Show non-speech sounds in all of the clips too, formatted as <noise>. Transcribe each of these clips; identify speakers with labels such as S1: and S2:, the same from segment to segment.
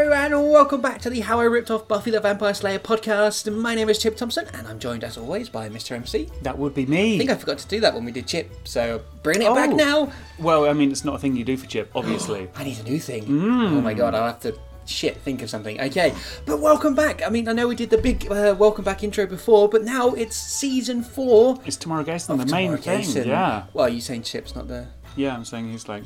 S1: welcome back to the How I Ripped Off Buffy the Vampire Slayer podcast. My name is Chip Thompson, and I'm joined as always by Mr. MC.
S2: That would be
S1: I
S2: me.
S1: think I forgot to do that when we did Chip, so bringing it back
S2: Oh.
S1: now.
S2: Well, I mean, it's not a thing you do for Chip,
S1: <gasps>
S2: obviously.
S1: I need a new thing.
S2: Mm.
S1: Oh my god, I'll have to shit think of something. Okay, but welcome back. I mean, I know we did the big uh, welcome back intro before, but now it's season four.
S2: it's Tomorrow Gason, the
S1: of
S2: main
S1: Oh, Tomorrow
S2: thing.
S1: Gason.
S2: Yeah.
S1: Well, you saying Chip's not there?
S2: Yeah, I'm saying he's like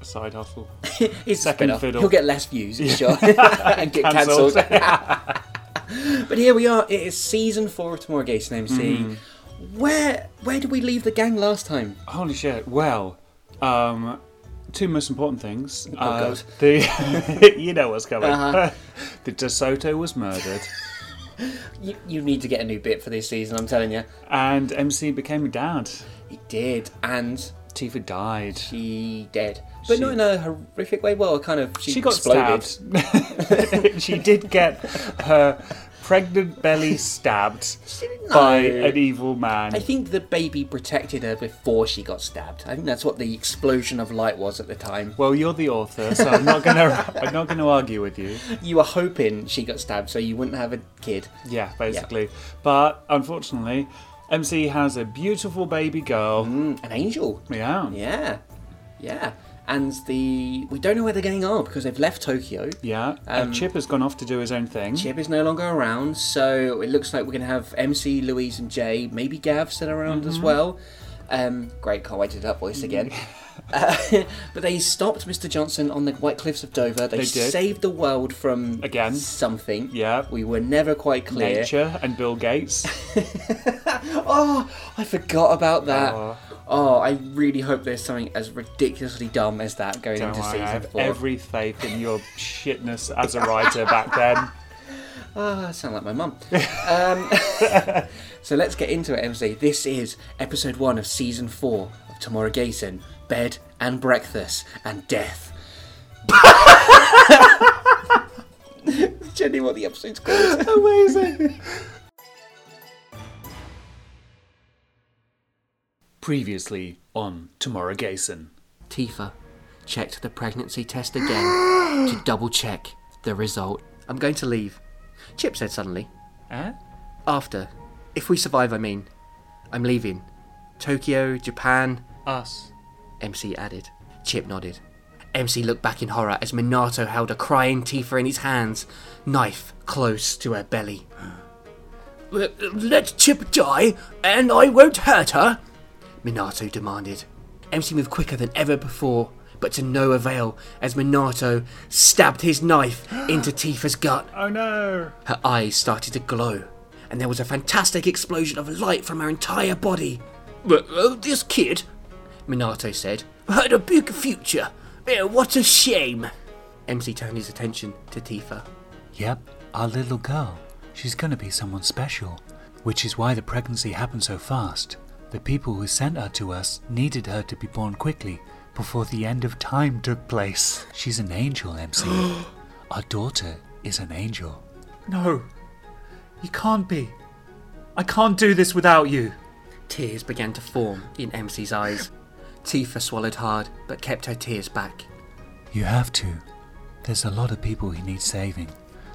S2: a side hustle.
S1: He's a
S2: Second
S1: spin-off.
S2: fiddle.
S1: He'll get less views, for sure, <laughs> and get cancelled. <laughs> but here we are. It is season four of Tomorrow Gason MC. Where where did we leave the gang last time?
S2: Holy shit. Well, um, two most important things. Oh,
S1: God. Uh-huh.
S2: The, <laughs> you know what's coming. <laughs> the DeSoto was murdered,
S1: You, you need to get a new bit for this season. I'm telling you,
S2: and MC became a dad.
S1: he did, and
S2: Tifa died.
S1: she dead, but
S2: She-
S1: not in a horrific way. Well, kind of. She,
S2: She got
S1: exploded.
S2: stabbed. <laughs> she did get her pregnant belly stabbed
S1: didn't
S2: by
S1: know.
S2: an evil man.
S1: I think the baby protected her before she got stabbed. I think that's what the explosion of light was at the time.
S2: Well, you're the author, so I'm not gonna <laughs> I'm not gonna argue with you.
S1: You were hoping she got stabbed so you wouldn't have a kid.
S2: Yeah, basically. But unfortunately, MC has a beautiful baby girl.
S1: Mm, an angel.
S2: Yeah. yeah.
S1: Yeah. Yeah. And the we don't know where the gang are because they've left Tokyo.
S2: and Chip has gone off to do his own thing.
S1: Chip is no longer around, so it looks like we're gonna have MC, Louise, and Jay. Maybe Gav still around as
S2: Mm-hmm.
S1: well. Um, great, can't wait to do that voice again. <laughs> Uh, but they stopped Mr. Johnson on the White Cliffs of Dover. They,
S2: They did.
S1: saved the world from
S2: Again.
S1: something.
S2: Yeah.
S1: we were never quite clear.
S2: Nature and Bill Gates.
S1: Oh, <gasps> I forgot about that.
S2: Oh.
S1: Oh, I really hope there's something as ridiculously dumb as that going
S2: Don't
S1: into
S2: worry, I
S1: season
S2: have
S1: four.
S2: every faith in your shitness as a writer back then.
S1: Ah, I sound like my mum. um, <laughs> so let's get into it, MC. This is episode one of season four of Tomorrow Gason, Bed and Breakfast and Death. <laughs> Jenny, what the episode's called?
S2: Amazing. Previously on Tomorrow Gason.
S1: Tifa checked the pregnancy test again <gasps> to double check the result. I'm going to leave. Chip said suddenly.
S2: Eh?
S1: After. If we survive, I mean. I'm leaving. Tokyo, Japan,
S2: Us.
S1: MC added. Chip nodded. MC looked back in horror as Minato held a crying Tifa in his hands, knife close to her belly. Uh, Let Chip die, and I won't hurt her, Minato demanded. MC moved quicker than ever before, but to no avail as Minato stabbed his knife into <gasps> Tifa's gut.
S2: Oh no!
S1: Her eyes started to glow, and there was a fantastic explosion of light from her entire body. oh, This kid, Minato said, had a big future. Eh, What a shame. MC turned his attention to Tifa.
S3: Yep, our little girl. She's gonna be someone special, which is why the pregnancy happened so fast. The people who sent her to us needed her to be born quickly before the end of time took place. She's an angel, <gasps> MC. our daughter is an angel. No, you can't be. I can't do this without you.
S1: Tears began to form in MC's eyes. Tifa swallowed hard, but kept her tears back.
S3: You have to. There's a lot of people who need saving,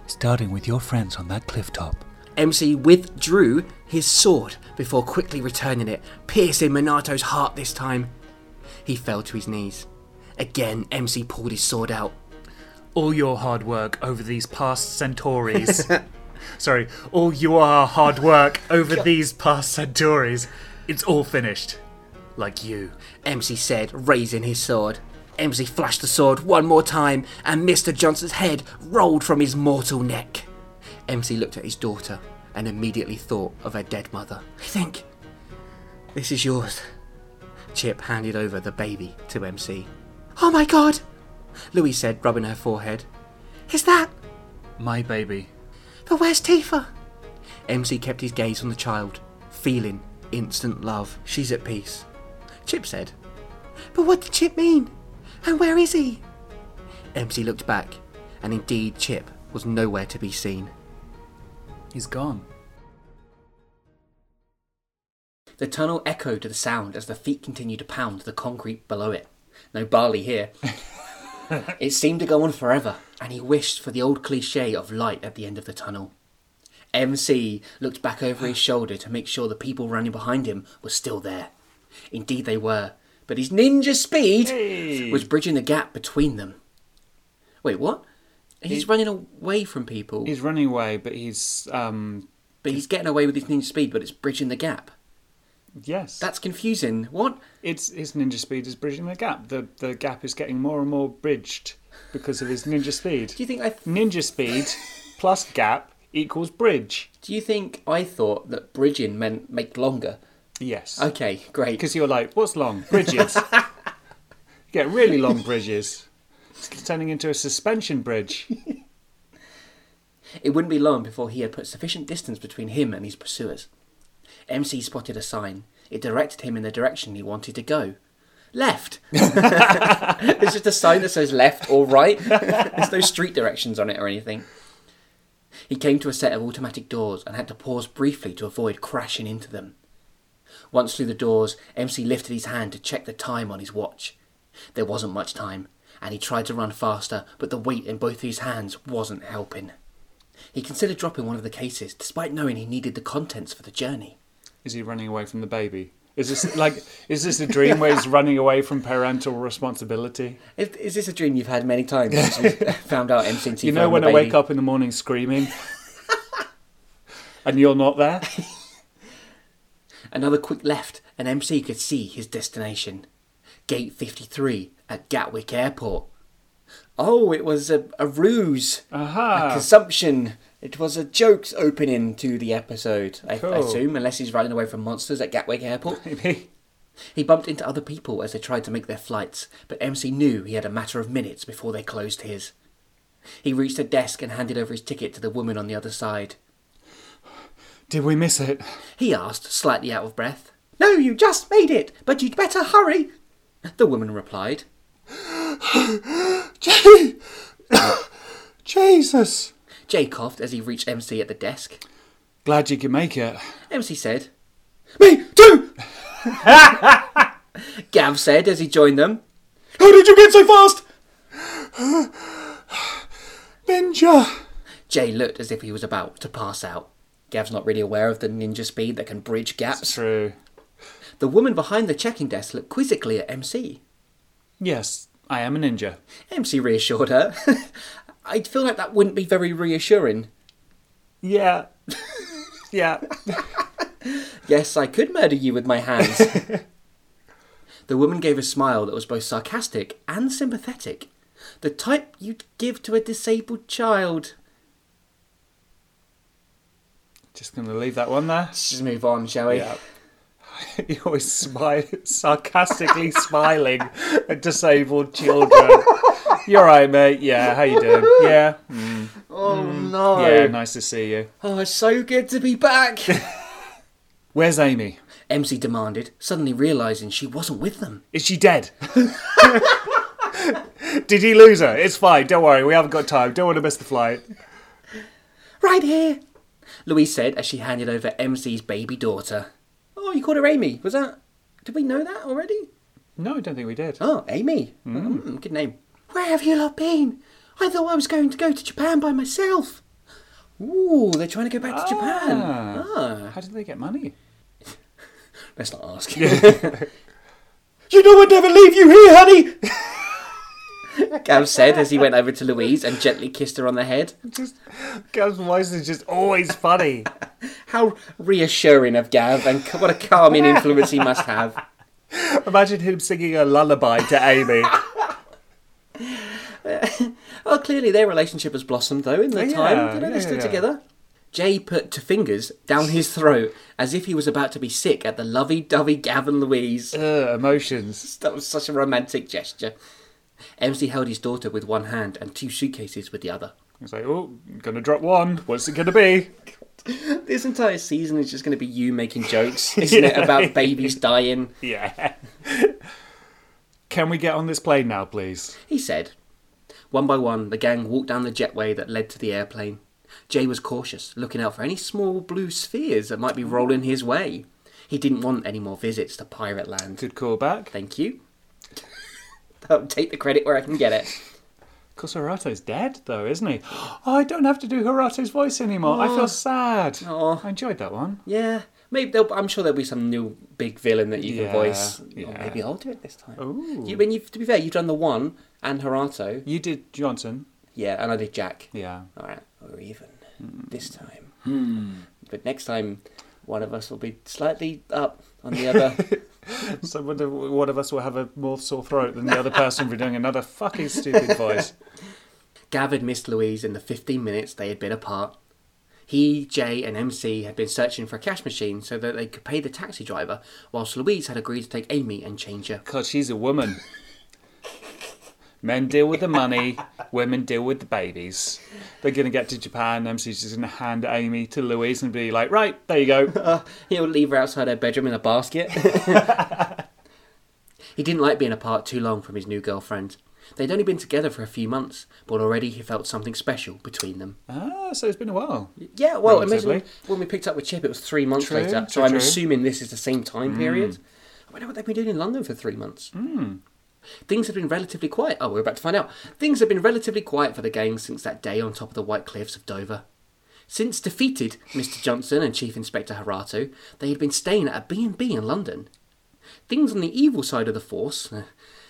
S3: starting with your friends on that cliff top.
S1: MC withdrew his sword before quickly returning it, piercing Minato's heart this time. He fell to his knees. Again, MC pulled his sword out.
S3: all your hard work over these past centuries. Sorry, all your hard work over these past centuries. It's all finished. Like you.
S1: MC said, raising his sword. MC flashed the sword one more time, and Mr. Johnson's head rolled from his mortal neck. MC looked at his daughter and immediately thought of her dead mother. I think this is yours. Chip handed over the baby to MC. Oh my god! Louis said, rubbing her forehead. Is that?
S3: My baby.
S1: But where's Tifa? MC kept his gaze on the child, feeling instant love. She's at peace. Chip said. But what did Chip mean? And where is he? MC looked back, and indeed Chip was nowhere to be seen.
S3: He's gone.
S1: The tunnel
S2: <laughs>
S1: echoed to the sound as the feet continued to pound the concrete below it. No barley here. It seemed to go on forever, and he wished for the old cliche of light at the end of the tunnel. MC looked back over his shoulder to make sure the people running behind him were still there. Indeed, they were, but his ninja speed
S2: Hey.
S1: was bridging the gap between them. Wait, what? He's running away from people,
S2: He's running away, but he's um
S1: but he's getting away with his ninja speed, but it's bridging the gap.
S2: yes.
S1: That's confusing. What?
S2: It's his ninja speed is bridging the gap. The the gap is getting more and more bridged because of his ninja speed.
S1: Do you think I th-
S2: Ninja speed plus gap equals bridge.
S1: do you think I thought that bridging meant make longer?
S2: Yes.
S1: Okay, great.
S2: Because you're like, what's long? Bridges.
S3: <laughs>
S2: you get really long bridges. It's turning into a suspension bridge.
S1: It wouldn't be long before he had put sufficient distance between him and his pursuers. MC spotted a sign. It directed him in the direction he wanted to go. Left! <laughs> it's just a sign that says left or right. There's no street directions on it or anything. He came to a set of automatic doors and had to pause briefly to avoid crashing into them. Once through the doors, MC lifted his hand to check the time on his watch. There wasn't much time, and he tried to run faster, but the weight in both his hands wasn't helping. He considered dropping one of the cases, despite knowing he needed the contents for the journey.
S2: Is he running away from the baby? Is this like is this a dream where he's running away from parental responsibility?
S1: Is, is this a dream you've had many times since you <laughs> found out MC?
S2: You know when I wake up in the morning screaming and you're not <laughs> there?
S1: Another quick left, and MC could see his destination. Gate 53 at Gatwick Airport. Oh, it was a, a ruse.
S2: Aha.
S1: A consumption. It was a joke's opening to the episode, I,
S2: Cool.
S1: I assume, unless he's running away from monsters at Gatwick Airport.
S2: Maybe.
S1: He bumped into other people as they tried to make their flights, but MC knew he had a matter of minutes before they closed his. He reached a desk and handed over his ticket to the woman on the other side.
S2: Did we miss <laughs> it?
S1: He asked, slightly out of breath. No, you just made it, but you'd better hurry. The woman replied.
S2: Gee! Jesus!
S1: Jay coughed as he reached MC at the desk.
S2: Glad you could make it.
S1: MC said.
S2: Me too!
S1: Gav said as he joined them.
S2: How did you get so <sighs> fast? Ninja!
S1: Jay looked as if he was about to pass out. Gav's not really aware of the ninja speed that can bridge gaps.
S2: True.
S1: The woman behind the checking desk looked quizzically at MC.
S2: Yes, I am a ninja.
S1: MC reassured her. <laughs> I feel like that wouldn't be very reassuring.
S2: Yeah. <laughs> yeah.
S1: Yes, I could murder you with my hands. the woman gave a smile that was both sarcastic and sympathetic. The type you'd give to a disabled child.
S2: Just gonna leave that one there.
S1: Let's just move on, shall we?
S2: Yeah. <laughs> You're always smile- sarcastically smiling at disabled children. You're right, mate. Yeah, how you doing? Yeah. Mm.
S1: Oh no.
S2: Yeah, nice to see you.
S1: Oh, it's so good to be back. <laughs>
S2: Where's Amy?
S1: MC demanded, suddenly realizing she wasn't with them.
S2: Is she dead? <laughs> Did he lose her? It's fine. Don't worry. We haven't got time. Don't want to miss the flight.
S1: Right here, Louise said as she handed over MC's baby daughter. Oh, you called her Amy. Was that? Did we know that already?
S2: No, I don't think we did.
S1: Oh, Amy. Mm. good name. Where have you lot been? I thought I was going to go to Japan by myself. Ooh, they're trying to go back to Japan. Ah,
S2: How did they get money?
S1: let's not ask. <laughs>
S2: You know I'd never leave you here, honey.
S1: <laughs> Gav said as he went over to Louise and gently kissed her on the head.
S2: just Gav's voice is just always funny.
S1: How reassuring of Gav, and c- what a calming influence he must have.
S2: Imagine him singing a lullaby to Amy.
S1: Oh, clearly their relationship has blossomed though in the
S2: Oh, Yeah,
S1: time. You know,
S2: yeah,
S1: they're still
S2: yeah.
S1: together. Jay put two fingers down his throat as if he was about to be sick at the lovey-dovey Gavin Louise. <laughs>
S2: Ugh, emotions.
S1: That was such a romantic gesture. MC held his daughter with one hand and two suitcases with the other.
S2: He's like, oh, gonna drop one. What's it gonna be?
S1: This entire season is just going to be you making jokes, isn't
S2: <laughs>
S1: it, about babies dying?
S2: Yeah. Can we get on this plane now, please?
S1: He said. One by one, the gang walked down the jetway that led to the airplane. Jay was cautious, looking out for any small blue spheres that might be rolling his way. He didn't want any more visits to Pirate Land. <laughs>
S2: Good callback.
S1: Thank you. I'll take the credit where I can get it.
S2: Because Horato's dead, though, isn't he? <gasps> Oh, I don't have to do Horato's voice anymore. I feel sad.
S1: Aw.
S2: I enjoyed that one.
S1: Yeah, maybe there'll, I'm sure therell be some new big villain that you can
S2: Yeah,
S1: voice. Or
S2: yeah.
S1: maybe I'll do it this time.
S2: Ooh.
S1: You, when you, to be fair, you've done the one and Herato.
S2: You did Johnson.
S1: Yeah, and I did Jack.
S2: <laughs> Yeah.
S1: All right, we're even this time. Hmm. But next time, one of us will be slightly up on the <laughs> other.
S2: So one of- one of us will have a more sore throat than the other person for doing another fucking stupid voice.
S1: Gav had missed Louise in the 15 minutes they had been apart. He, Jay, and MC had been searching for a cash machine so that they could pay the taxi driver, whilst Louise had agreed to take Amy and change her.
S2: God, she's a woman. Men deal with the money, women deal with the babies. They're going to get to Japan, and she's just going to hand Amy to Louise and be like, right, there you go.
S1: He'll leave her outside her bedroom in a basket. <laughs> he didn't like being apart too long from his new girlfriend. They'd only been together for a few months, but already he felt something special between them.
S2: ah, so it's been a while.
S1: Yeah, well,
S2: Relatively.
S1: imagine when we picked up with Chip, it was three months
S2: True,
S1: later. So
S2: true, Mm.
S1: I'm
S2: true.
S1: assuming this is the same time period. I wonder what they've been doing in London for three months.
S2: Mm.
S1: Things had been relatively quiet. Oh, we're about to find out. Things had been relatively quiet for the gang since that day on top of the White Cliffs of Dover. Since defeated Mr. Johnson and Chief Inspector Harato, they had been staying at a B&B in London. Things on the evil side of the force eh,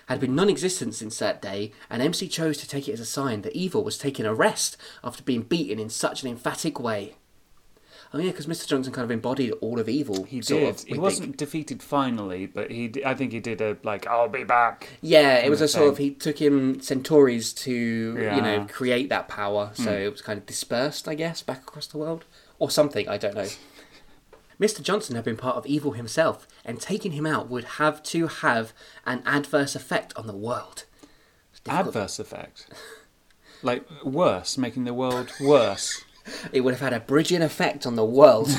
S1: had been non-existent since that day, and MC chose to take it as a sign that evil was taking a rest after being beaten in such an emphatic way. Oh yeah, because Mr. Johnson kind of embodied all of evil.
S2: He
S1: sort
S2: did.
S1: of, we
S2: he
S1: think.
S2: wasn't defeated finally, but he. d- I think he did a like, I'll be back.
S1: Yeah, it was
S2: of
S1: a sort
S2: thing.
S1: of he took in Centauri's to you know
S2: Yeah. Hmm.
S1: create that power, so it was kind of dispersed, I guess, back across the world or something. I don't know.
S2: <laughs>
S1: Mr. Johnson had been part of evil himself, and taking him out would have to have an adverse effect on the world. It's difficult.
S2: Adverse effect, like worse, making the world worse.
S1: It would have had a bridging effect on the
S2: <laughs>
S1: world.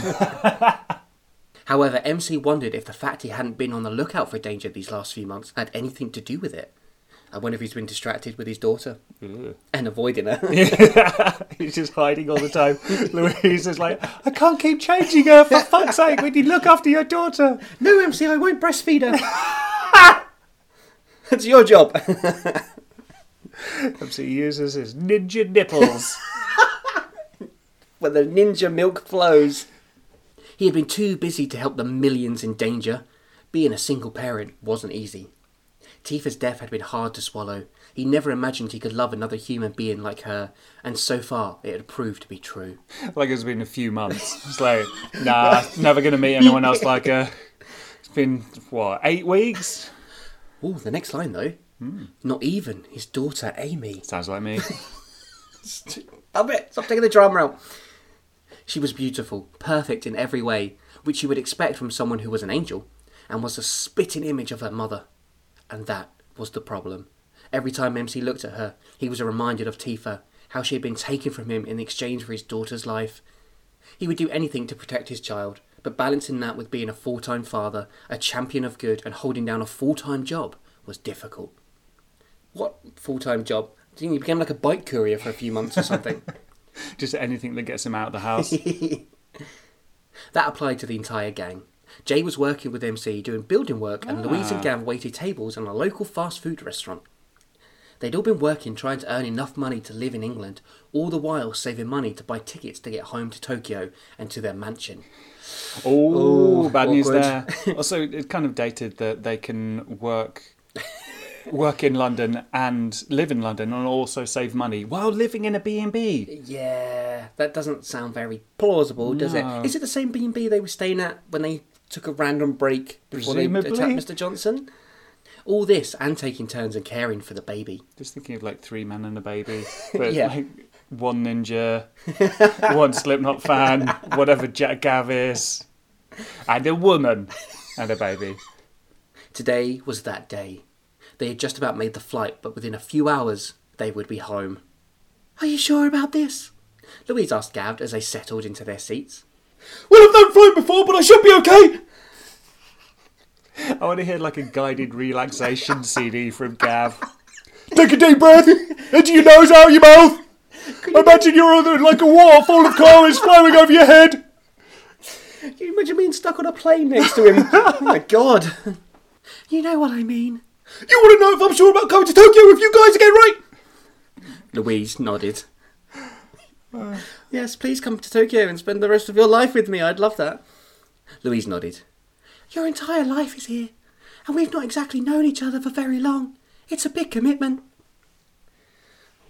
S1: However, MC wondered if the fact he hadn't been on the lookout for danger these last few months had anything to do with it. I wonder if he's been distracted with his daughter
S2: Ugh.
S1: and avoiding her.
S2: <laughs> He's just hiding all the <laughs> time. Louise is like, I can't keep changing her. For <laughs> fuck's sake, we need to look after your daughter.
S1: No, MC, I won't breastfeed her. <laughs> That's your job. <laughs>
S2: MC uses his ninja nipples.
S1: when the ninja milk flows. He had been too busy to help the millions in danger. Being a single parent wasn't easy. Tifa's death had been hard to swallow. He never imagined he could love another human being like her, and so far it had proved to be true.
S2: <laughs> like it's been a few months. It's like, nah, never gonna meet anyone else like her. It's been what eight weeks?
S1: Ooh, the next line though. Not even his daughter Amy.
S2: Sounds like <laughs> me.
S1: Stop it! Stop taking the drama out. She was beautiful, perfect in every way, which you would expect from someone who was an angel, and was a spitting image of her mother. And that was the problem. Every time MC looked at her, he was reminded of Tifa, how she had been taken from him in exchange for his daughter's life. He would do anything to protect his child, but balancing that with being a full time father, a champion of good, and holding down a full time job was difficult. What full time job? Do you think he became like a bike courier for a few months or something?
S2: Just anything that gets him out of the house.
S1: That applied to the entire gang. Jay was working with MC doing building work, and Louise
S2: Ah.
S1: and Gav waited tables in a local fast food restaurant. They'd all been working trying to earn enough money to live in England, all the while saving money to buy tickets to get home to Tokyo and to their mansion.
S2: Oh, bad news
S1: awkward. <laughs>
S2: there. Also, it kind of dated that they can work. Work in London and live in London, and also save money while living in a B and B.
S1: Yeah, that doesn't sound very plausible, does
S2: No.
S1: it? Is it the same B&B they were staying at when they took a random break before
S2: Presumably.
S1: they attacked Mr. Johnson? All this and taking turns and caring for the baby.
S2: Just thinking of like three men and
S1: <laughs>
S2: a baby, but
S1: Yeah.
S2: like one ninja, one Slipknot fan, whatever Jack Gav is, and a woman and a baby.
S1: Today was that day. They had just about made the flight, but within a few hours they would be home. Are you sure about this? Louise asked Gav as they settled into their seats.
S2: Well, I've not flown before, but I should be okay. I want to hear like a guided <laughs> relaxation CD from Gav. Take a deep breath into your nose, out your mouth. Imagine you're on like a waterfall of clouds <laughs> flowing over your head.
S1: Can you imagine being stuck on a plane next to <laughs> him? oh my god. You know what I mean.
S2: You want to know if I'm sure about coming to Tokyo with you guys again, right?
S1: Louise nodded. <sighs> yes, please come to Tokyo and spend the rest of your life with me. I'd love that. Louise nodded. Your entire life is here, and we've not exactly known each other for very long. It's a big commitment.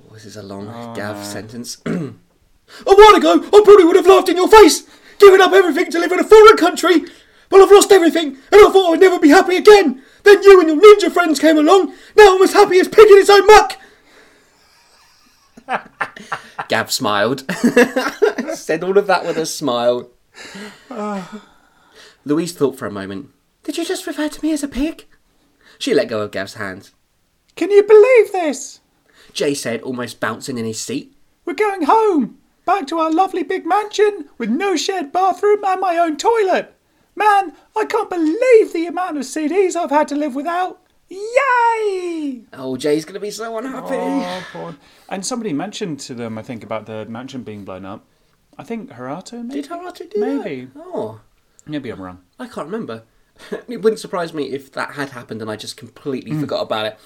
S1: Oh, this is a long Gav sentence.
S2: A while ago, I probably would have laughed in your face, given up everything to live in a foreign country. But I've lost everything, and I thought I'd never be happy again. Then you and your ninja friends came along. Now I'm as happy as pig in its own muck.
S1: <laughs> Gav smiled. <laughs> Said all of that with a smile. <sighs> Louise thought for a moment. Did you just refer to me as a pig? She let go of Gav's hand.
S2: Can you believe this?
S1: Jay said, almost bouncing in his seat.
S2: We're going home, back to our lovely big mansion with no shared bathroom and my own toilet. Man, I can't believe the amount of CDs I've had to live without. Yay!
S1: Oh, Jay's gonna be so unhappy.
S2: Oh, poor. And somebody mentioned to them, I think, about the mansion being blown up. I think Harato, maybe?
S1: Did Haratu do that?
S2: Maybe.
S1: Oh,
S2: Maybe I'm wrong.
S1: I can't remember. <laughs> it wouldn't surprise me if that had happened and I just completely forgot about it.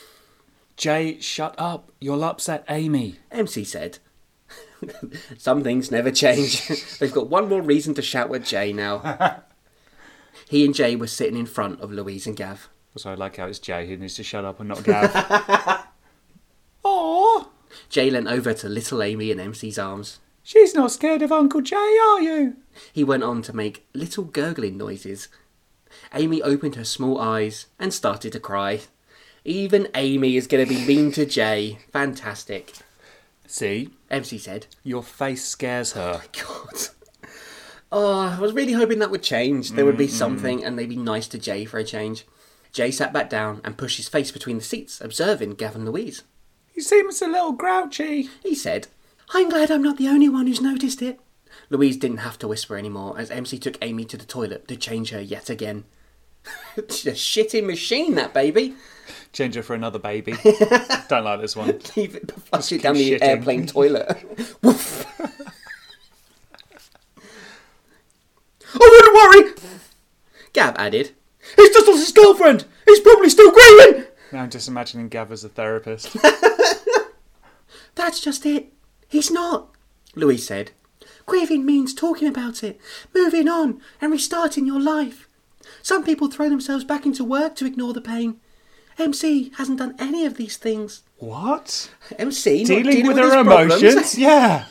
S2: Jay, shut up. You'll upset Amy.
S1: MC said, <laughs> Some things never change. <laughs> They've got one more reason to shout at Jay now. he and Jay were sitting in front of Louise and Gav.
S2: Also, I like how it's Jay who needs to shut up and not Gav. <laughs> Aw,
S1: Jay leant over to little Amy in MC's arms.
S2: she's not scared of Uncle Jay, are you?
S1: He went on to make little gurgling noises. Amy opened her small eyes and started to cry. Even Amy is going to be mean to Jay. Fantastic.
S2: See,
S1: MC said,
S2: your face scares her.
S1: God. Oh, I was really hoping that would change. There would be something, and they'd be nice to Jay for a change. Jay sat back down and pushed his face between the seats, observing Gavin Louise.
S2: He seems a little grouchy.
S1: He said, I'm glad I'm not the only one who's noticed it. Louise didn't have to whisper anymore as MC took Amy to the toilet to change her yet again. <laughs> It's a shitty machine, that baby.
S2: Change her for another <laughs> baby. Don't like this one.
S1: Leave it to flush it down the
S2: keep shitting.
S1: airplane <laughs> toilet. Woof.
S2: I wouldn't worry.
S1: Gav added,
S2: He's just lost his girlfriend. He's probably still grieving. Now I'm just imagining Gav as a <laughs> therapist.
S1: That's just it. He's not, Louise said. Grieving means talking about it, moving on, and restarting your life. Some people throw themselves back into work to ignore the pain. MC hasn't done any of these things.
S2: what?
S1: MC
S2: Dealing,
S1: not dealing
S2: with,
S1: with
S2: her
S1: his problems.
S2: <laughs> emotions. Yeah.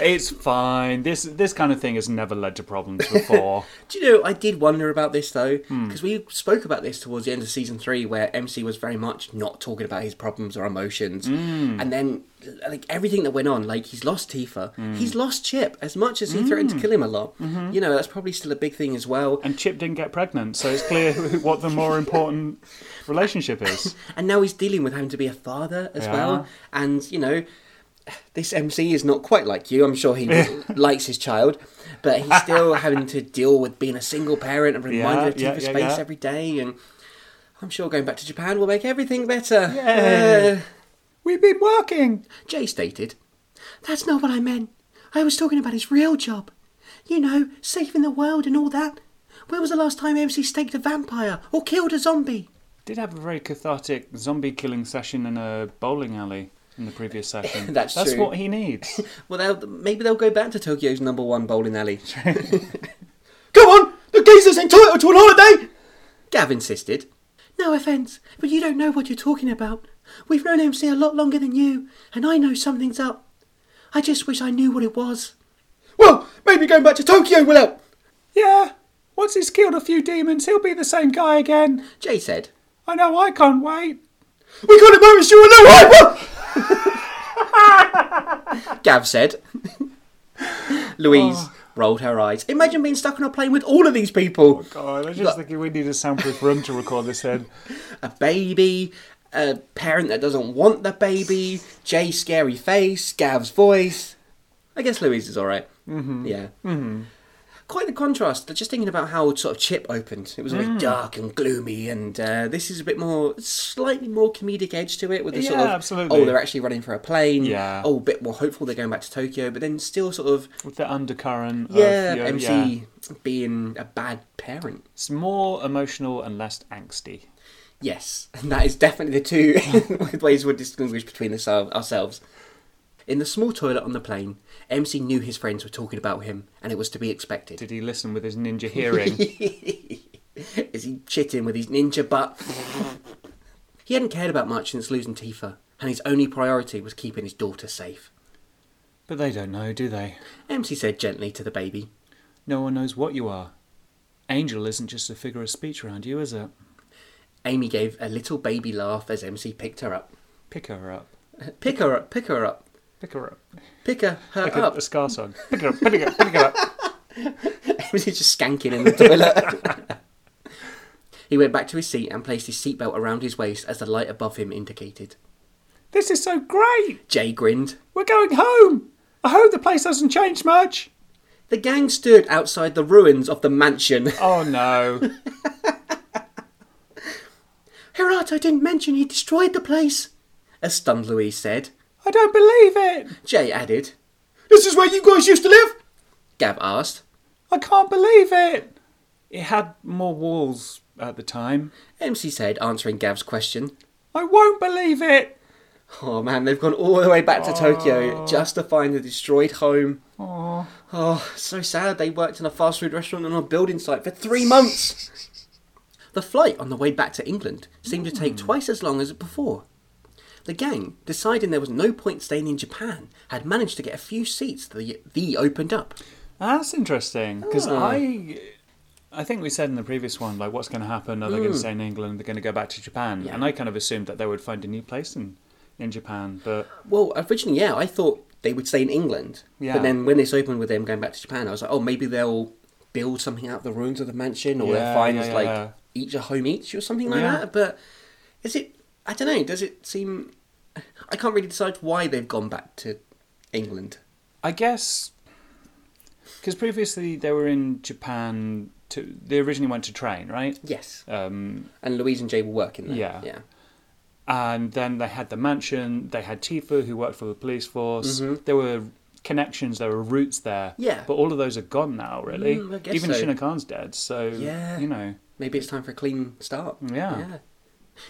S2: It's fine. This this kind of thing has never led to problems <laughs> before.
S1: Do you know, I did wonder about this though, because we spoke about this towards the end of season three, where MC was very much not talking about his problems or emotions, and then like everything that went on, like he's lost Tifa, he's lost Chip, as much as he threatened to kill him a lot. You know, that's probably still a big thing as well.
S2: and Chip didn't get pregnant, so it's clear who- what the more important relationship is.
S1: And now he's dealing with having to be a father as
S2: Yeah.
S1: well, and you know. This MC is not quite like you. I'm sure
S2: <laughs>
S1: he likes his child, but he's still having to deal with being a single parent and reminded
S2: Yeah,
S1: of
S2: yeah,
S1: Tifa's
S2: yeah,
S1: face
S2: yeah.
S1: every day and I'm sure going back to Japan will make everything better.
S2: Yay.
S1: Uh,
S2: <laughs> We've been working.
S1: Jay stated, That's not what I meant. I was talking about his real job. You know, saving the world and all that. When was the last time MC staked a vampire or killed a zombie?
S2: Did have a very cathartic zombie killing session in a bowling alley in the previous session.
S1: That's
S2: <laughs> That's
S1: true.
S2: what he needs.
S1: Well, they'll, maybe they'll go back to Tokyo's number one bowling alley. <laughs>
S2: Come on, the geezer's entitled to an holiday.
S1: Gav insisted. No offence, but you don't know what you're talking about. We've known MC a lot longer than you, and I know something's up. I just wish I knew what it was.
S2: Well, maybe going back to Tokyo will help. <laughs> Yeah. Once he's killed a few demons, he'll be the same guy again.
S1: Jay said,
S2: I know I can't wait. We got a moment, sure, no
S1: <laughs> Gav said. Louise rolled her eyes. Imagine being stuck on a plane with all of these people.
S2: God, I was just thinking we need a soundproof room to record this in.
S1: A baby, a parent that doesn't want the baby, Jay's scary face, Gav's voice. I guess Louise is all right.
S2: Mm-hmm.
S1: Yeah. Quite the contrast. Just thinking about how sort of Chip opened. It was very
S2: Mm.
S1: dark and gloomy, and uh, this is a bit more, slightly more comedic edge to it. With the sort
S2: Yeah,
S1: of
S2: absolutely.
S1: oh, they're actually running for a plane.
S2: Yeah.
S1: Oh, a bit more hopeful they're going back to Tokyo, but then still sort of
S2: With the undercurrent
S1: Yeah,
S2: of your-
S1: MC
S2: yeah.
S1: being a bad parent.
S2: It's more emotional and less angsty.
S1: Yes, and that is definitely the <laughs> two ways we distinguish between us- uh, ourselves. In the small toilet on the plane, MC knew his friends were talking about him, and it was to be expected.
S2: Did he listen with his ninja hearing? <laughs>
S1: <laughs> Is he chitting with his ninja butt? <laughs> he hadn't cared about much since losing Tifa, and his only priority was keeping his daughter safe.
S2: but they don't know, do they?
S1: MC said gently to the baby.
S2: No one knows what you are. Angel isn't just a figure of speech around you, is it?
S1: Amy gave a little baby laugh as MC picked her up.
S2: Pick her up.
S1: Pick her up, pick her up,
S2: Pick her up.
S1: pick her, her
S2: Like a,
S1: up.
S2: a scar song. Pick her up, pick her up, pick her up.
S1: <laughs> MC's just skanking in the toilet. <laughs> he went back to his seat and placed his seatbelt around his waist as the light above him indicated.
S2: <laughs> This is so great!
S1: Jay grinned.
S2: We're going home! I hope the place doesn't change much!
S1: The gang stood outside the ruins of the mansion. <laughs>
S2: Oh <laughs> no.
S1: Hirato didn't mention he destroyed the place, as stunned Louise said.
S2: I don't believe it!
S1: Jay added.
S2: This is where you guys used to live?
S1: Gav asked.
S2: I can't believe it! It had more walls at the time.
S1: MC said, answering Gav's question.
S2: I won't believe it!
S1: Oh man, they've gone all the way back to Tokyo just to find the destroyed home.
S2: Oh,
S1: Oh, so sad. They worked in a fast food restaurant on a building site for three months. the flight on the way back to England seemed to take
S2: Hmm.
S1: twice as long as before. The gang, deciding there was no point staying in Japan, had managed to get a few seats that the, the opened up.
S2: that's interesting because
S1: Oh.
S2: I, I think we said in the previous one like what's going to happen? Are they going to stay in England? They're going to go back to Japan?
S1: Mm. Yeah.
S2: And I kind of assumed that they would find a new place in in Japan, but
S1: Well, originally, yeah, I thought they would stay in England.
S2: Yeah.
S1: But then when this opened with them going back to Japan, I was like, oh, maybe they'll build something out of the ruins of the mansion or
S2: Yeah,
S1: they'll find
S2: yeah,
S1: like
S2: yeah.
S1: each a home each or something like
S2: Yeah.
S1: that. But is it, I don't know, does it seem, I can't really decide why they've gone back to England.
S2: I guess because previously they were in Japan. To they originally went to train, right?
S1: Yes.
S2: Um,
S1: And Louise and Jay were working there.
S2: Yeah.
S1: Yeah.
S2: and then they had the mansion. They had Tifa, who worked for the police force. There were connections. There were roots there.
S1: Mm-hmm. Yeah.
S2: but all of those are gone now. Really,
S1: Mm, I guess
S2: even
S1: so.
S2: Shinnokan's dead. So
S1: Yeah.
S2: you know,
S1: Maybe it's time for a clean start.
S2: Yeah.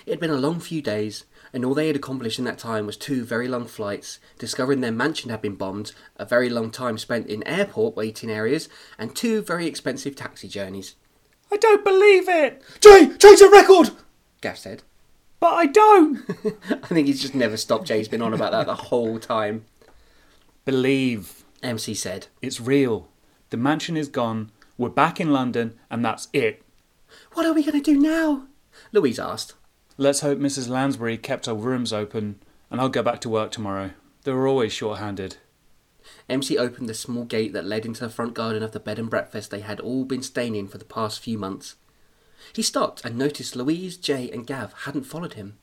S1: It had been a long few days, and all they had accomplished in that time was two very long flights, discovering their mansion had been bombed, a very long time spent in airport waiting areas, and two very expensive taxi journeys,
S2: I don't believe it,
S4: Jay, change the record!
S1: Gav said.
S2: but I don't <laughs>
S1: I think he's just never stopped. Jay's been on about that the whole time.
S2: believe
S1: MC said.
S2: it's real. The mansion is gone. We're back in London, and that's it.
S1: What are we going to do now? Louise asked.
S2: Let's hope Mrs. Lansbury kept her rooms open, and I'll go back to work tomorrow. They were always short-handed.
S1: MC opened the small gate that led into the front garden of the bed and breakfast they had all been staying in for the past few months. He stopped and noticed Louise, Jay, and Gav hadn't followed him.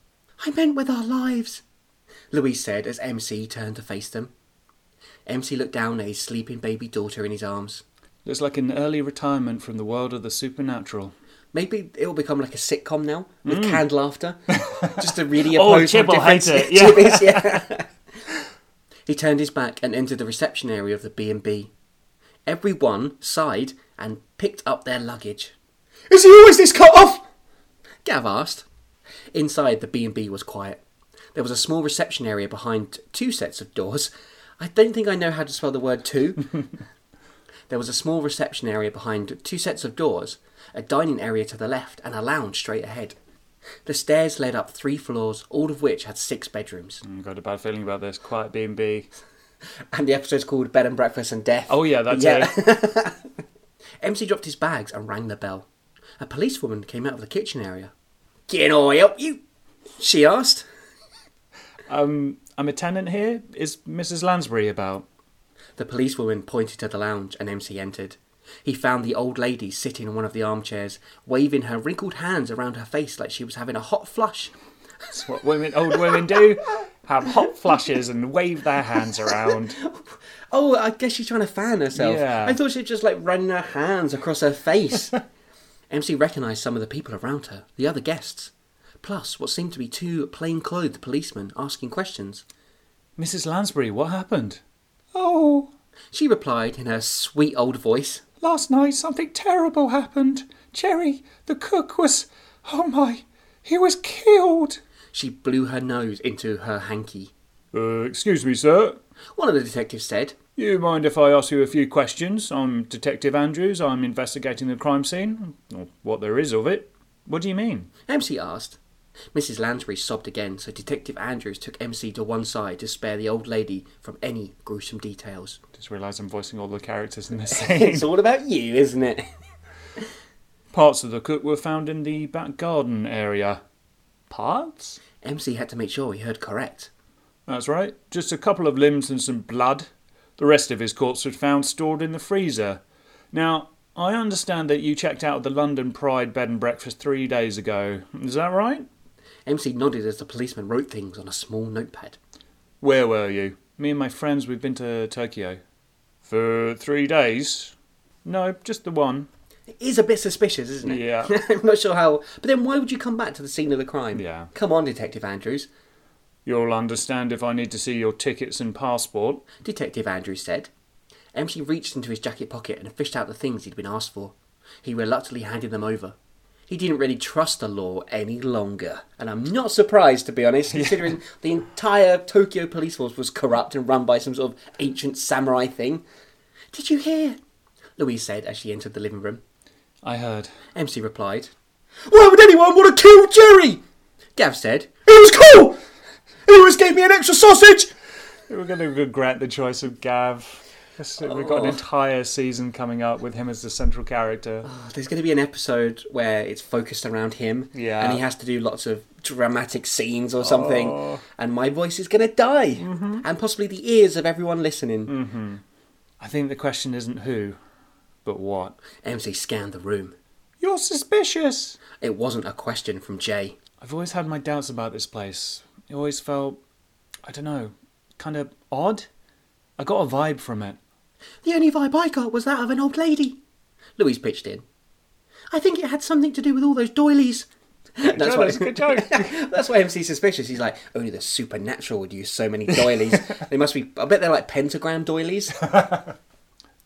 S1: I meant with our lives, Louise said as MC turned to face them. MC looked down at his sleeping baby daughter in his arms.
S2: Looks like an early retirement from the world of the supernatural.
S1: Maybe it'll become like a sitcom now with canned
S2: <laughs>
S1: laughter, just to really oppose.
S2: Mm. Oh, Chip will hate
S1: different-
S2: it, yeah.
S1: Chip is,
S2: <laughs>
S1: yeah. he turned his back and entered the reception area of the B and B. Everyone sighed and picked up their luggage.
S4: Is he always this cut off?
S1: Gav asked. Inside, the B and B was quiet. There was a small reception area behind two sets of doors. I don't think I know how to spell the word
S2: <laughs>
S1: two. there was a small reception area behind two sets of doors, a dining area to the left, and a lounge straight ahead. The stairs led up three floors, all of which had six bedrooms.
S2: I've got a bad feeling about this. Quiet B&B.
S1: And the episode's called Bed and Breakfast and Death.
S2: Oh yeah, that's
S1: <laughs>
S2: <laughs> it.
S1: MC dropped his bags and rang the bell. A policewoman came out of the kitchen area. Can I help you? She asked.
S2: Um, I'm a tenant here. Is Mrs. Lansbury about?
S1: The policewoman pointed to the lounge and MC entered. He found the old lady sitting in one of the armchairs, waving her wrinkled hands around her face like she was having a hot flush.
S2: That's what women, old women do. Have hot flushes and wave their hands around.
S1: Oh, I guess she's trying to fan herself.
S2: Yeah.
S1: I thought she'd just like run her hands across her face. MC recognised some of the people around her, the other guests, plus what seemed to be two plain clothed policemen asking questions.
S2: Mrs. Lansbury, what happened?
S4: Oh,
S1: She replied in her sweet old voice.
S4: last night something terrible happened. Cherry, the cook, was. Oh my. He was killed.
S1: She blew her nose into her hanky.
S2: Uh, excuse me, sir.
S1: One of the detectives said,
S2: You mind if I ask you a few questions? I'm Detective Andrews. I'm investigating the crime scene, or what there is of it. What do you mean?
S1: MC asked. Mrs. Lansbury sobbed again, so Detective Andrews took MC to one side to spare the old lady from any gruesome <laughs> details.
S2: Just realise I'm voicing all the characters <laughs> in the scene.
S1: all about you, isn't <laughs> it?
S2: Parts of the cook were found in the back garden area. Parts?
S1: MC had to make sure he heard correct.
S2: That's right. Just a couple of limbs and some blood. The rest of his corpse was found stored in the freezer. Now, I understand that you checked out of the London Pride bed and breakfast three days ago. Is that right?
S1: MC nodded as the policeman wrote things on a small notepad.
S2: Where were you? Me and my friends, we've been to Tokyo. For three days? No, just the one.
S1: It is a bit suspicious, isn't it?
S2: Yeah.
S1: <laughs> I'm not sure how. But then why would you come back to the scene of the crime?
S2: Yeah.
S1: Come on, Detective Andrews.
S2: You'll understand if I need to see your tickets and passport.
S1: Detective Andrews said. MC reached into his jacket pocket and fished out the things he'd been asked for. He reluctantly handed them over. He didn't really trust the law any longer, and I'm not surprised, to be honest, considering the entire Tokyo police force was corrupt and run by some sort of ancient samurai thing. Did you hear? Louise said as she entered the living room.
S2: I heard.
S1: MC replied, Why would anyone want to kill Jerry? Gav said,
S4: He was cool. He always gave me an extra sausage.
S2: We're going to regret the choice of Gav. Yes, We've got an entire season coming up with him as the central character.
S1: There's going to be an episode where it's focused around him,
S2: Yeah.
S1: and he has to do lots of dramatic scenes or something, and my voice is going to die, and possibly the ears of everyone listening.
S2: I think the question isn't who, but what.
S1: MC scanned the room.
S2: You're suspicious!
S1: It wasn't a question from Jay.
S2: I've always had my doubts about this place. It always felt, I don't know, kind of odd. I got a vibe from it.
S1: The only vibe I got was that of an old lady. Louise pitched in. I think it had something to do with all those doilies. That's why, <laughs>
S4: <laughs>
S1: that's why MC's suspicious. He's like, only the supernatural would use so many doilies. they must be, I bet they're like pentagram doilies.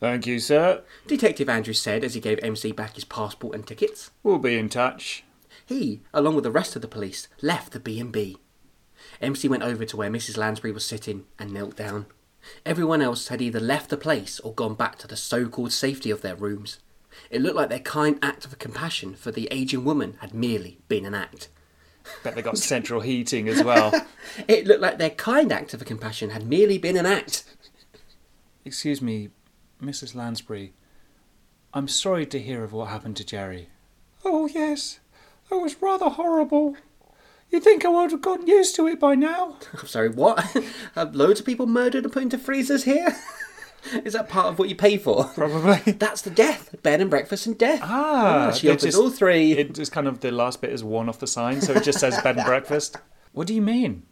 S2: Thank you, sir.
S1: Detective Andrews said as he gave MC back his passport and tickets.
S2: We'll be in touch.
S1: He, along with the rest of the police, left the B&B. MC went over to where Mrs. Lansbury was sitting and knelt down. Everyone else had either left the place or gone back to the so-called safety of their rooms. It looked like their kind act of compassion for the aging woman had merely been an act.
S2: Bet <laughs> they got central heating as well.
S1: It looked like their kind act of compassion had merely been an act.
S2: <laughs>
S1: <laughs>
S2: Excuse me, Mrs. Lansbury. I'm sorry to hear of what happened to Jerry.
S4: Oh yes, that was rather horrible. You'd think I would have gotten used to it by now.
S1: I'm sorry, what? <laughs> Have loads of people murdered and put into freezers here? <laughs> Is that part of what you pay for? <laughs>
S2: Probably.
S1: That's the death. Bed and breakfast and death.
S4: Oh,
S2: Ah,
S1: she
S2: they
S1: offers all three.
S2: It just kind of the last bit is one off the sign, so it just says
S4: <laughs>
S2: bed and breakfast. What do you mean?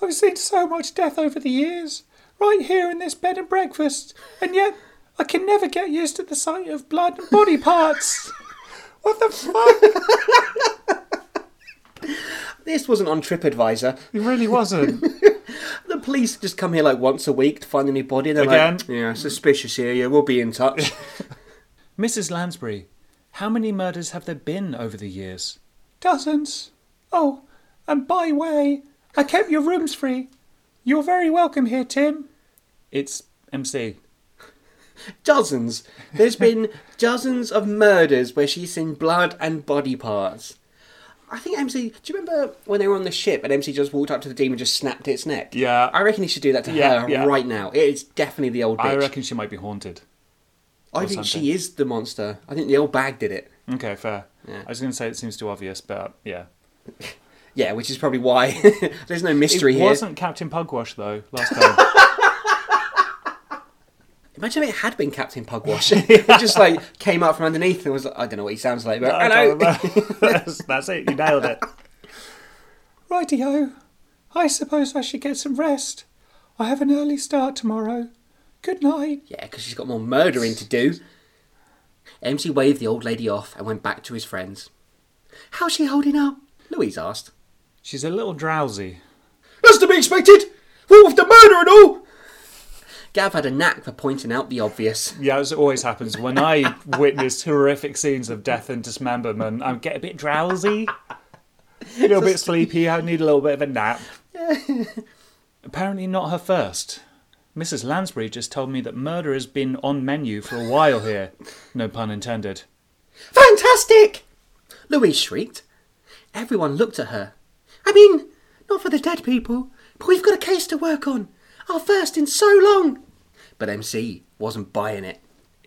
S4: I've seen so much death over the years, right here in this bed and breakfast, and yet I can never get used to the sight of blood and
S2: <laughs>
S4: body parts. what the fuck?
S1: This wasn't on TripAdvisor.
S2: It really wasn't.
S1: The police just come here like once a week to find a new body. They're like,
S2: Again?
S1: yeah, suspicious here. Yeah, we'll be in touch. <laughs>
S2: Mrs. Lansbury, how many murders have there been over the years?
S4: Dozens. Oh, and by way, I kept your rooms free. You're very welcome here, Tim.
S2: It's MC.
S1: dozens. There's been dozens of murders where she's seen blood and body parts. I think MC. Do you remember when they were on the ship and MC just walked up to the demon and just snapped its neck?
S2: Yeah.
S1: I reckon he should do that to
S2: Yeah,
S1: her
S2: yeah.
S1: right now. It is definitely the old bitch.
S2: I reckon she might be haunted.
S1: I
S2: or
S1: think she
S2: something.
S1: is the monster. I think the old bag did it.
S2: Okay, fair.
S1: Yeah.
S2: I was going to say it seems too obvious, but yeah.
S1: Yeah, which is probably why <laughs> there's no mystery
S2: it
S1: here.
S2: wasn't Captain Pugwash, though, last
S4: <laughs>
S2: time.
S1: Imagine if it had been Captain
S4: <laughs>
S1: Pugwash. <laughs> it just like came up from underneath and was like, I don't know what he sounds like, but
S2: I
S1: hello.
S2: can't remember. <laughs> that's, that's it, you nailed it.
S4: Righty ho. I suppose I should get some rest. I have an early start tomorrow. Good night.
S1: <laughs> Yeah, because she's got more murdering to do. MC waved the old lady off and went back to his friends. How's she holding up? Louise asked.
S2: She's a little drowsy.
S4: That's to be expected. What with the murder and all.
S1: Gav had a knack for pointing out the obvious.
S2: Yeah, as always happens, when I witness horrific scenes of death and dismemberment, I get a bit drowsy. A little bit sleepy. I need a little bit of a nap. Apparently, not her first. Mrs. Lansbury just told me that murder has been on menu for a while here. No pun intended.
S1: Fantastic! Louise shrieked. Everyone looked at her. I mean, not for the dead people, but we've got a case to work on. Our first in so long. But MC wasn't buying it.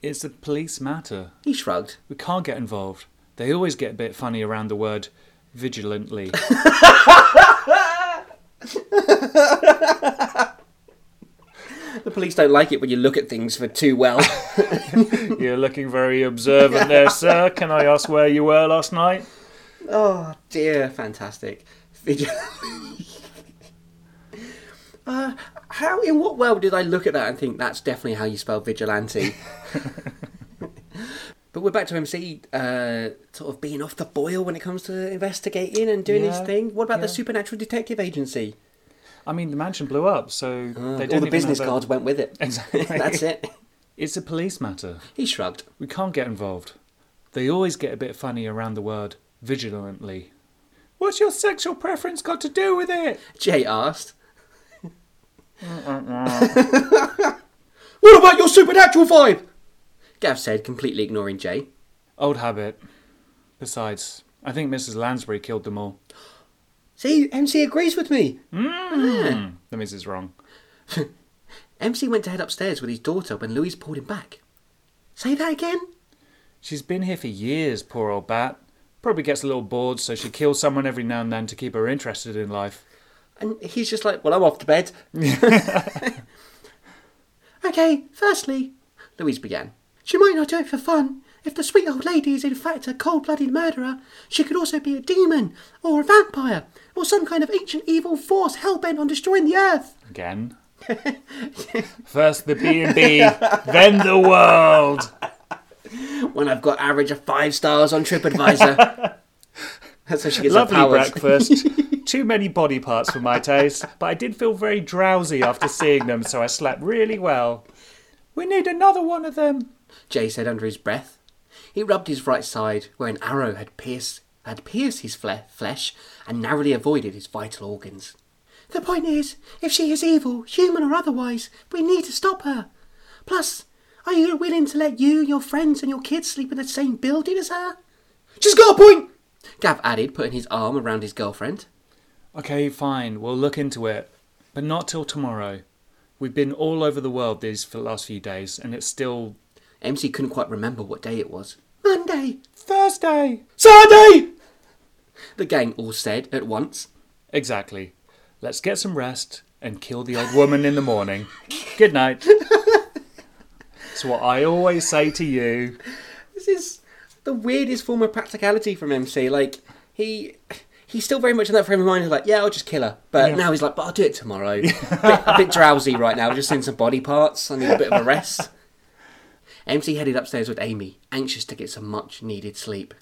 S2: It's a police matter.
S1: He shrugged.
S2: We can't get involved. They always get a bit funny around the word vigilantly.
S1: The police don't like it when you look at things for too well.
S2: You're looking very observant there, sir. Can I ask where you were last night?
S1: oh dear, fantastic. Vigil- <laughs> uh, how in what world did I look at that and think that's definitely how you spell
S2: <laughs>
S1: vigilante? but we're back to MC uh, sort of being off the boil when it comes to investigating and doing his
S2: Yeah,
S1: thing. What about the
S2: yeah.
S1: supernatural detective agency?
S2: I mean, the mansion blew up, so they
S1: Ah. All
S2: don't
S1: the
S2: even
S1: business
S2: have a-
S1: cards went with it.
S2: <laughs>
S1: <laughs>
S2: Exactly.
S1: that's it.
S2: It's a police matter.
S1: He shrugged.
S2: We can't get involved. They always get a bit funny around the word vigilantly.
S4: What's your sexual preference got to do with it?
S1: Jay <laughs> asked. what about your supernatural vibe? Gav said, completely ignoring Jay.
S2: Old habit. Besides, I think Mrs. Lansbury killed them all.
S1: See, MC agrees with me.
S2: Mm. That means it's wrong.
S1: MC went to head upstairs with his daughter when Louise pulled him back. Say that again?
S2: She's been here for years, poor old bat. Probably gets a little bored, so she kills someone every now and then to keep her interested in life.
S1: And he's just like, well, I'm off to <laughs> bed. okay, firstly, Louise began. She might not do it for fun. If the sweet old lady is in fact a cold blooded murderer, she could also be a demon, or a vampire, or some kind of ancient evil force hell bent on destroying the earth.
S2: Again.
S1: <laughs>
S2: First the B&B, then the world.
S1: When I've got average of five stars <laughs> on TripAdvisor. <laughs> That's how she gets
S2: Lovely
S1: her powers.
S2: breakfast. <laughs> Too many body parts for my taste, but I did feel very drowsy after seeing them, so I slept really well.
S4: We need another one of them.
S1: Jay said under his breath. He rubbed his right side where an arrow had pierced had pierced his fle- flesh and narrowly avoided his vital organs. The point is, if she is evil, human or otherwise, we need to stop her. Plus, are you willing to let you, your friends, and your kids sleep in the same building as her? She's got a point, Gav added, putting his arm around his girlfriend.
S2: Okay, fine, we'll look into it, but not till tomorrow. We've been all over the world these f- last few days, and it's still
S1: MC couldn't quite remember what day it was. Monday,
S4: Thursday.
S1: Saturday. The gang all said at once.
S2: exactly. Let's get some rest and kill the old woman in the morning. Good night. It's what I always say to you.
S1: This is the weirdest form of practicality from MC. Like he he's still very much in that frame of mind of like, yeah, I'll just kill her. But now he's like, but I'll do it tomorrow. bit, a bit drowsy right now, just in some body parts. I need a bit of a rest. MC headed upstairs with Amy, anxious to get some much needed sleep.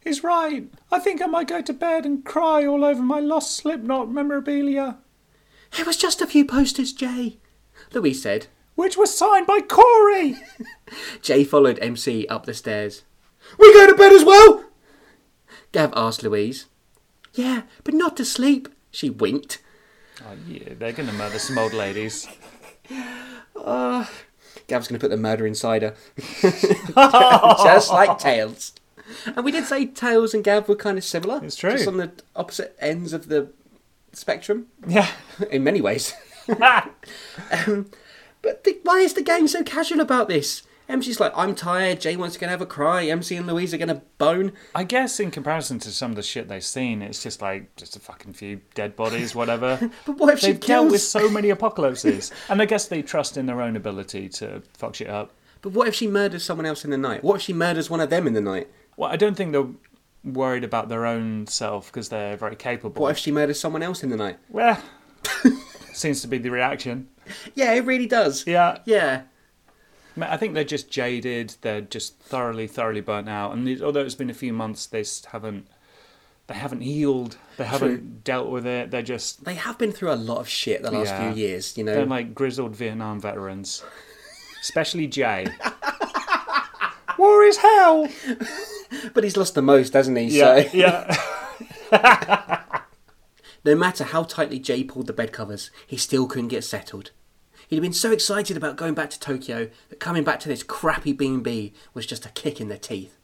S4: He's right. I think I might go to bed and cry all over my lost Slipknot memorabilia,
S1: It was just a few posters, Jay. Louise said.
S4: which was signed by Corey.
S1: Jay followed MC up the stairs. We go to bed as well? Gav asked Louise. Yeah, but not to sleep, she winked.
S2: Oh, yeah, they're going to murder some old ladies.
S1: Gav's going to put the murder inside
S2: <laughs>
S1: her. <laughs> Just like Tails. And we did say Tails and Gav were kind of similar.
S2: It's true.
S1: Just on the opposite ends of the spectrum
S2: <laughs>
S1: <laughs>
S2: Yeah.
S1: in many ways. <laughs> um, but the, why is the gang so casual about this? MC's like, I'm tired. Jay wants to go and have a cry. MC and Louise are going to bone.
S2: I guess in comparison to some of the shit they've seen, it's just like just a fucking few dead bodies, whatever.
S1: But what if she
S2: They've dealt with
S1: kills-
S2: so many apocalypses, and I guess they trust in their own ability to fuck shit up.
S1: But what if she murders someone else in the night? What if she murders one of them in the night?
S2: Well, I don't think they're worried about their own self because they're very capable.
S1: What if she murders someone else in the night?
S2: Well, <laughs> seems to be the reaction.
S1: Yeah, it really does.
S2: Yeah,
S1: Yeah.
S2: I mean, I think they're just jaded. They're just thoroughly, thoroughly burnt out. And it- although it's been a few months, they s- haven't. They haven't healed. They haven't dealt with it. They're just
S1: They have been through a lot of shit the last
S2: Yeah.
S1: few years, you know.
S2: they're like grizzled Vietnam veterans, especially Jay.
S4: War is hell.
S1: But he's lost the most, hasn't he?
S2: <laughs> Yeah,
S1: So
S2: yeah.
S1: <laughs> No matter how tightly Jay pulled the bed covers, he still couldn't get settled. He'd been so excited about going back to Tokyo that coming back to this crappy Bean Bee was just a kick in the teeth.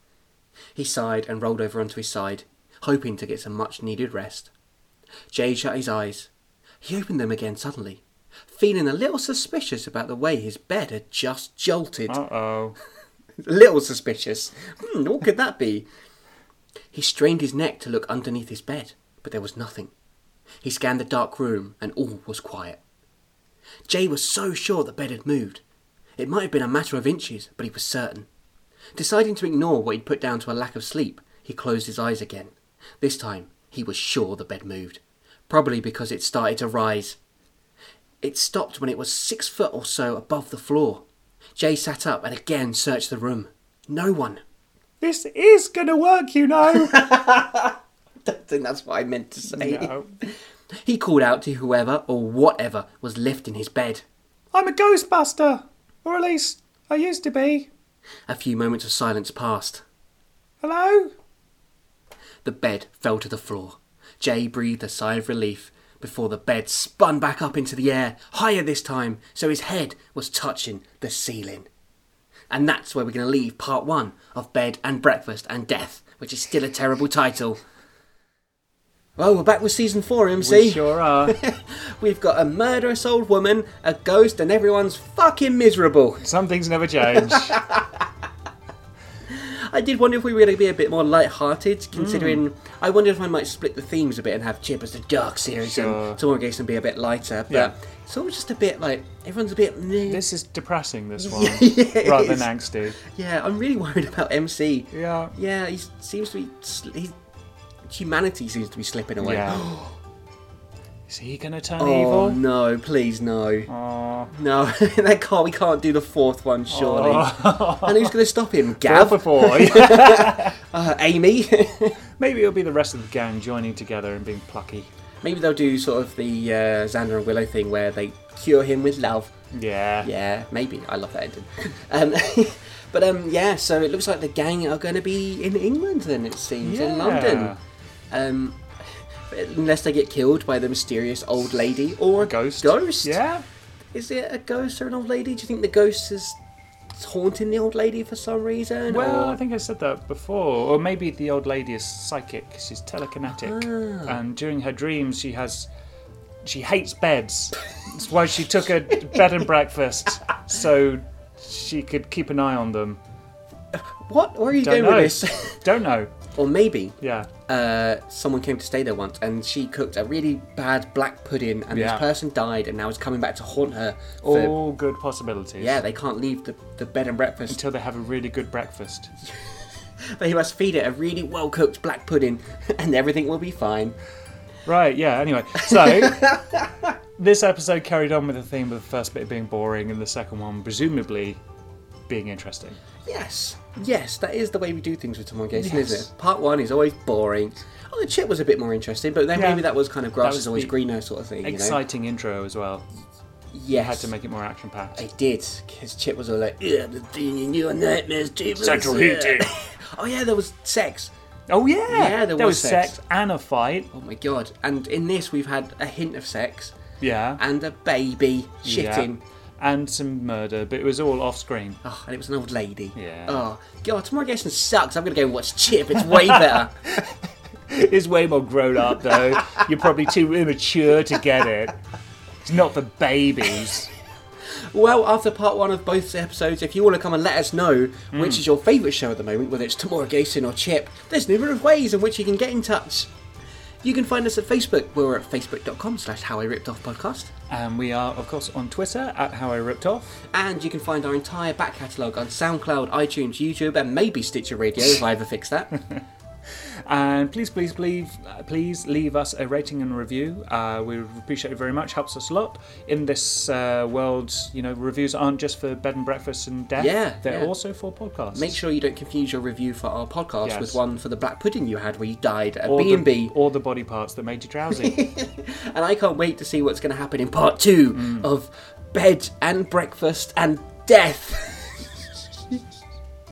S1: He sighed and rolled over onto his side, hoping to get some much needed rest. Jay shut his eyes. He opened them again suddenly, feeling a little suspicious about the way his bed had just jolted.
S2: Uh oh.
S1: A little suspicious. Hmm, what could that be? He strained his neck to look underneath his bed, but there was nothing. He scanned the dark room, and all was quiet. Jay was so sure the bed had moved. It might have been a matter of inches, but he was certain. Deciding to ignore what he'd put down to a lack of sleep, he closed his eyes again. This time, he was sure the bed moved, probably because it started to rise. It stopped when it was six foot or so above the floor. Jay sat up and again searched the room. No one. <laughs>
S4: This is gonna work, you
S2: <laughs>
S4: know.
S1: don't think that's what I meant to say.
S2: No.
S1: He called out to whoever or whatever was left in his bed.
S4: I'm a Ghostbuster, or at least I used to be.
S1: A few moments of silence passed.
S4: Hello?
S1: The bed fell to the floor. Jay breathed a sigh of relief before the bed spun back up into the air, higher this time, so his head was touching the ceiling. And that's where we're going to leave part one of Bed and Breakfast and Death, which is still a terrible title. Well, we're back with season four, MC.
S2: We sure are.
S1: We've got a murderous old woman, a ghost, and everyone's fucking miserable.
S2: Some things never change.
S1: I did wonder if we were going to be a bit more light-hearted, considering
S2: Hmm.
S1: I wondered if I might split the themes a bit and have Chip as the dark series
S2: Sure.
S1: and Tomorrow Gason be a bit lighter. But
S2: Yeah.
S1: it's all just a bit like everyone's a bit.
S2: this is
S1: <laughs>
S2: depressing, this one.
S1: it
S2: rather than
S1: is.
S2: angsty.
S1: Yeah, I'm really <laughs> worried about MC.
S2: Yeah.
S1: Yeah, he seems to be. Sl- he, humanity seems to be slipping away. <gasps>
S2: Yeah. <gasps> is he going to turn
S1: Oh
S2: evil? Oh.
S1: no! Please no!
S2: Aw.
S1: No, <laughs> that can't. We can't do the fourth one,
S2: <laughs>
S1: surely.
S2: Oh.
S1: and who's going to stop him? Gav,
S2: Alpha boy.
S1: <laughs>
S2: <laughs>
S1: uh, Amy. <laughs>
S2: Maybe it'll be the rest of the gang joining together and being plucky.
S1: Maybe they'll do sort of the uh, Xander and Willow thing where they cure him with love.
S2: Yeah.
S1: Yeah, maybe. I love that ending. Um, <laughs> but um, yeah, so it looks like the gang are going to be in England then, it seems, in London. Um, unless they get killed by the mysterious old lady or a
S2: Ghost.
S1: Ghost?
S2: Yeah.
S1: Is it a ghost or an old lady? Do you think the ghost is haunting the old lady for some reason?
S2: Well,
S1: or-
S2: I think I said that before. Or maybe the old lady is psychic. She's telekinetic.
S1: Ah.
S2: And during her dreams, she has. She hates beds. That's why she took a bed
S1: <laughs>
S2: and breakfast so she could keep an eye on them.
S1: What? Where are you
S2: Don't
S1: going
S2: know.
S1: with this? <laughs>
S2: <laughs> Don't know.
S1: or maybe
S2: Yeah.
S1: uh, someone came to stay there once and she cooked a really bad black pudding and
S2: Yeah.
S1: this person died and now is coming back to haunt her for,
S2: All good possibilities.
S1: yeah they can't leave the, the bed and breakfast
S2: Until they have a really good breakfast.
S1: they must feed it a really well cooked black pudding <laughs> and everything will be fine
S2: Right, yeah, anyway.
S1: <laughs>
S2: So, this episode carried on with the theme of the first bit being boring and the second one presumably being interesting.
S1: yes yes that is the way we do things with Tom Gason
S2: Yes.
S1: isn't it part one is always boring oh the chip was a bit more interesting but then
S2: Yeah.
S1: maybe that was kind of grass
S2: was
S1: is always
S2: the
S1: greener sort of thing
S2: Exciting intro as well.
S1: you know yes
S2: Had to make it more action packed.
S1: I did, because Chip was all like, yeah, the thing in your nightmares, Chip.
S2: Sexual
S1: <laughs> Yeah."
S2: heating.
S1: oh, yeah, there was sex.
S2: Oh, yeah!
S1: Yeah, there was
S2: was
S1: sex.
S2: sex and a fight.
S1: Oh my god. And in this, we've had a hint of sex
S2: Yeah.
S1: and a baby shitting.
S2: Yeah. And some murder, but it was all off screen.
S1: Oh, and it was an old lady.
S2: Yeah.
S1: Oh, God, Tomorrow Gason sucks. I'm going to go and watch Chip. It's way better.
S2: It's way more grown up, though. You're probably too immature to get it. It's not for babies.
S1: <laughs> well, after part one of both episodes, if you want to come and let us know which is your favourite show at the moment, whether it's Tomorrow Gason or Chip, there's numerous ways in which you can get in touch. You can find us at Facebook. We're at facebook.com slash how I ripped off podcast.
S2: And we are, of course, on Twitter at How I Ripped Off.
S1: And you can find our entire back catalogue on SoundCloud, iTunes, YouTube, and maybe Stitcher Radio if I ever fix <laughs> that.
S2: And please, please, please, uh, please leave us a rating and review. Uh, we appreciate it very much. Helps us a lot in this uh, world. You know, reviews aren't just for bed and breakfast and death.
S1: Yeah,
S2: they're
S1: yeah.
S2: also for podcasts.
S1: Make sure you don't confuse your review for our podcast
S2: Yes.
S1: with one for the black pudding you had where you died at
S2: all
S1: B and B.
S2: the, all the body parts that made you <laughs> drowsy.
S1: And I can't wait to see what's going to happen in part two of bed and breakfast and death.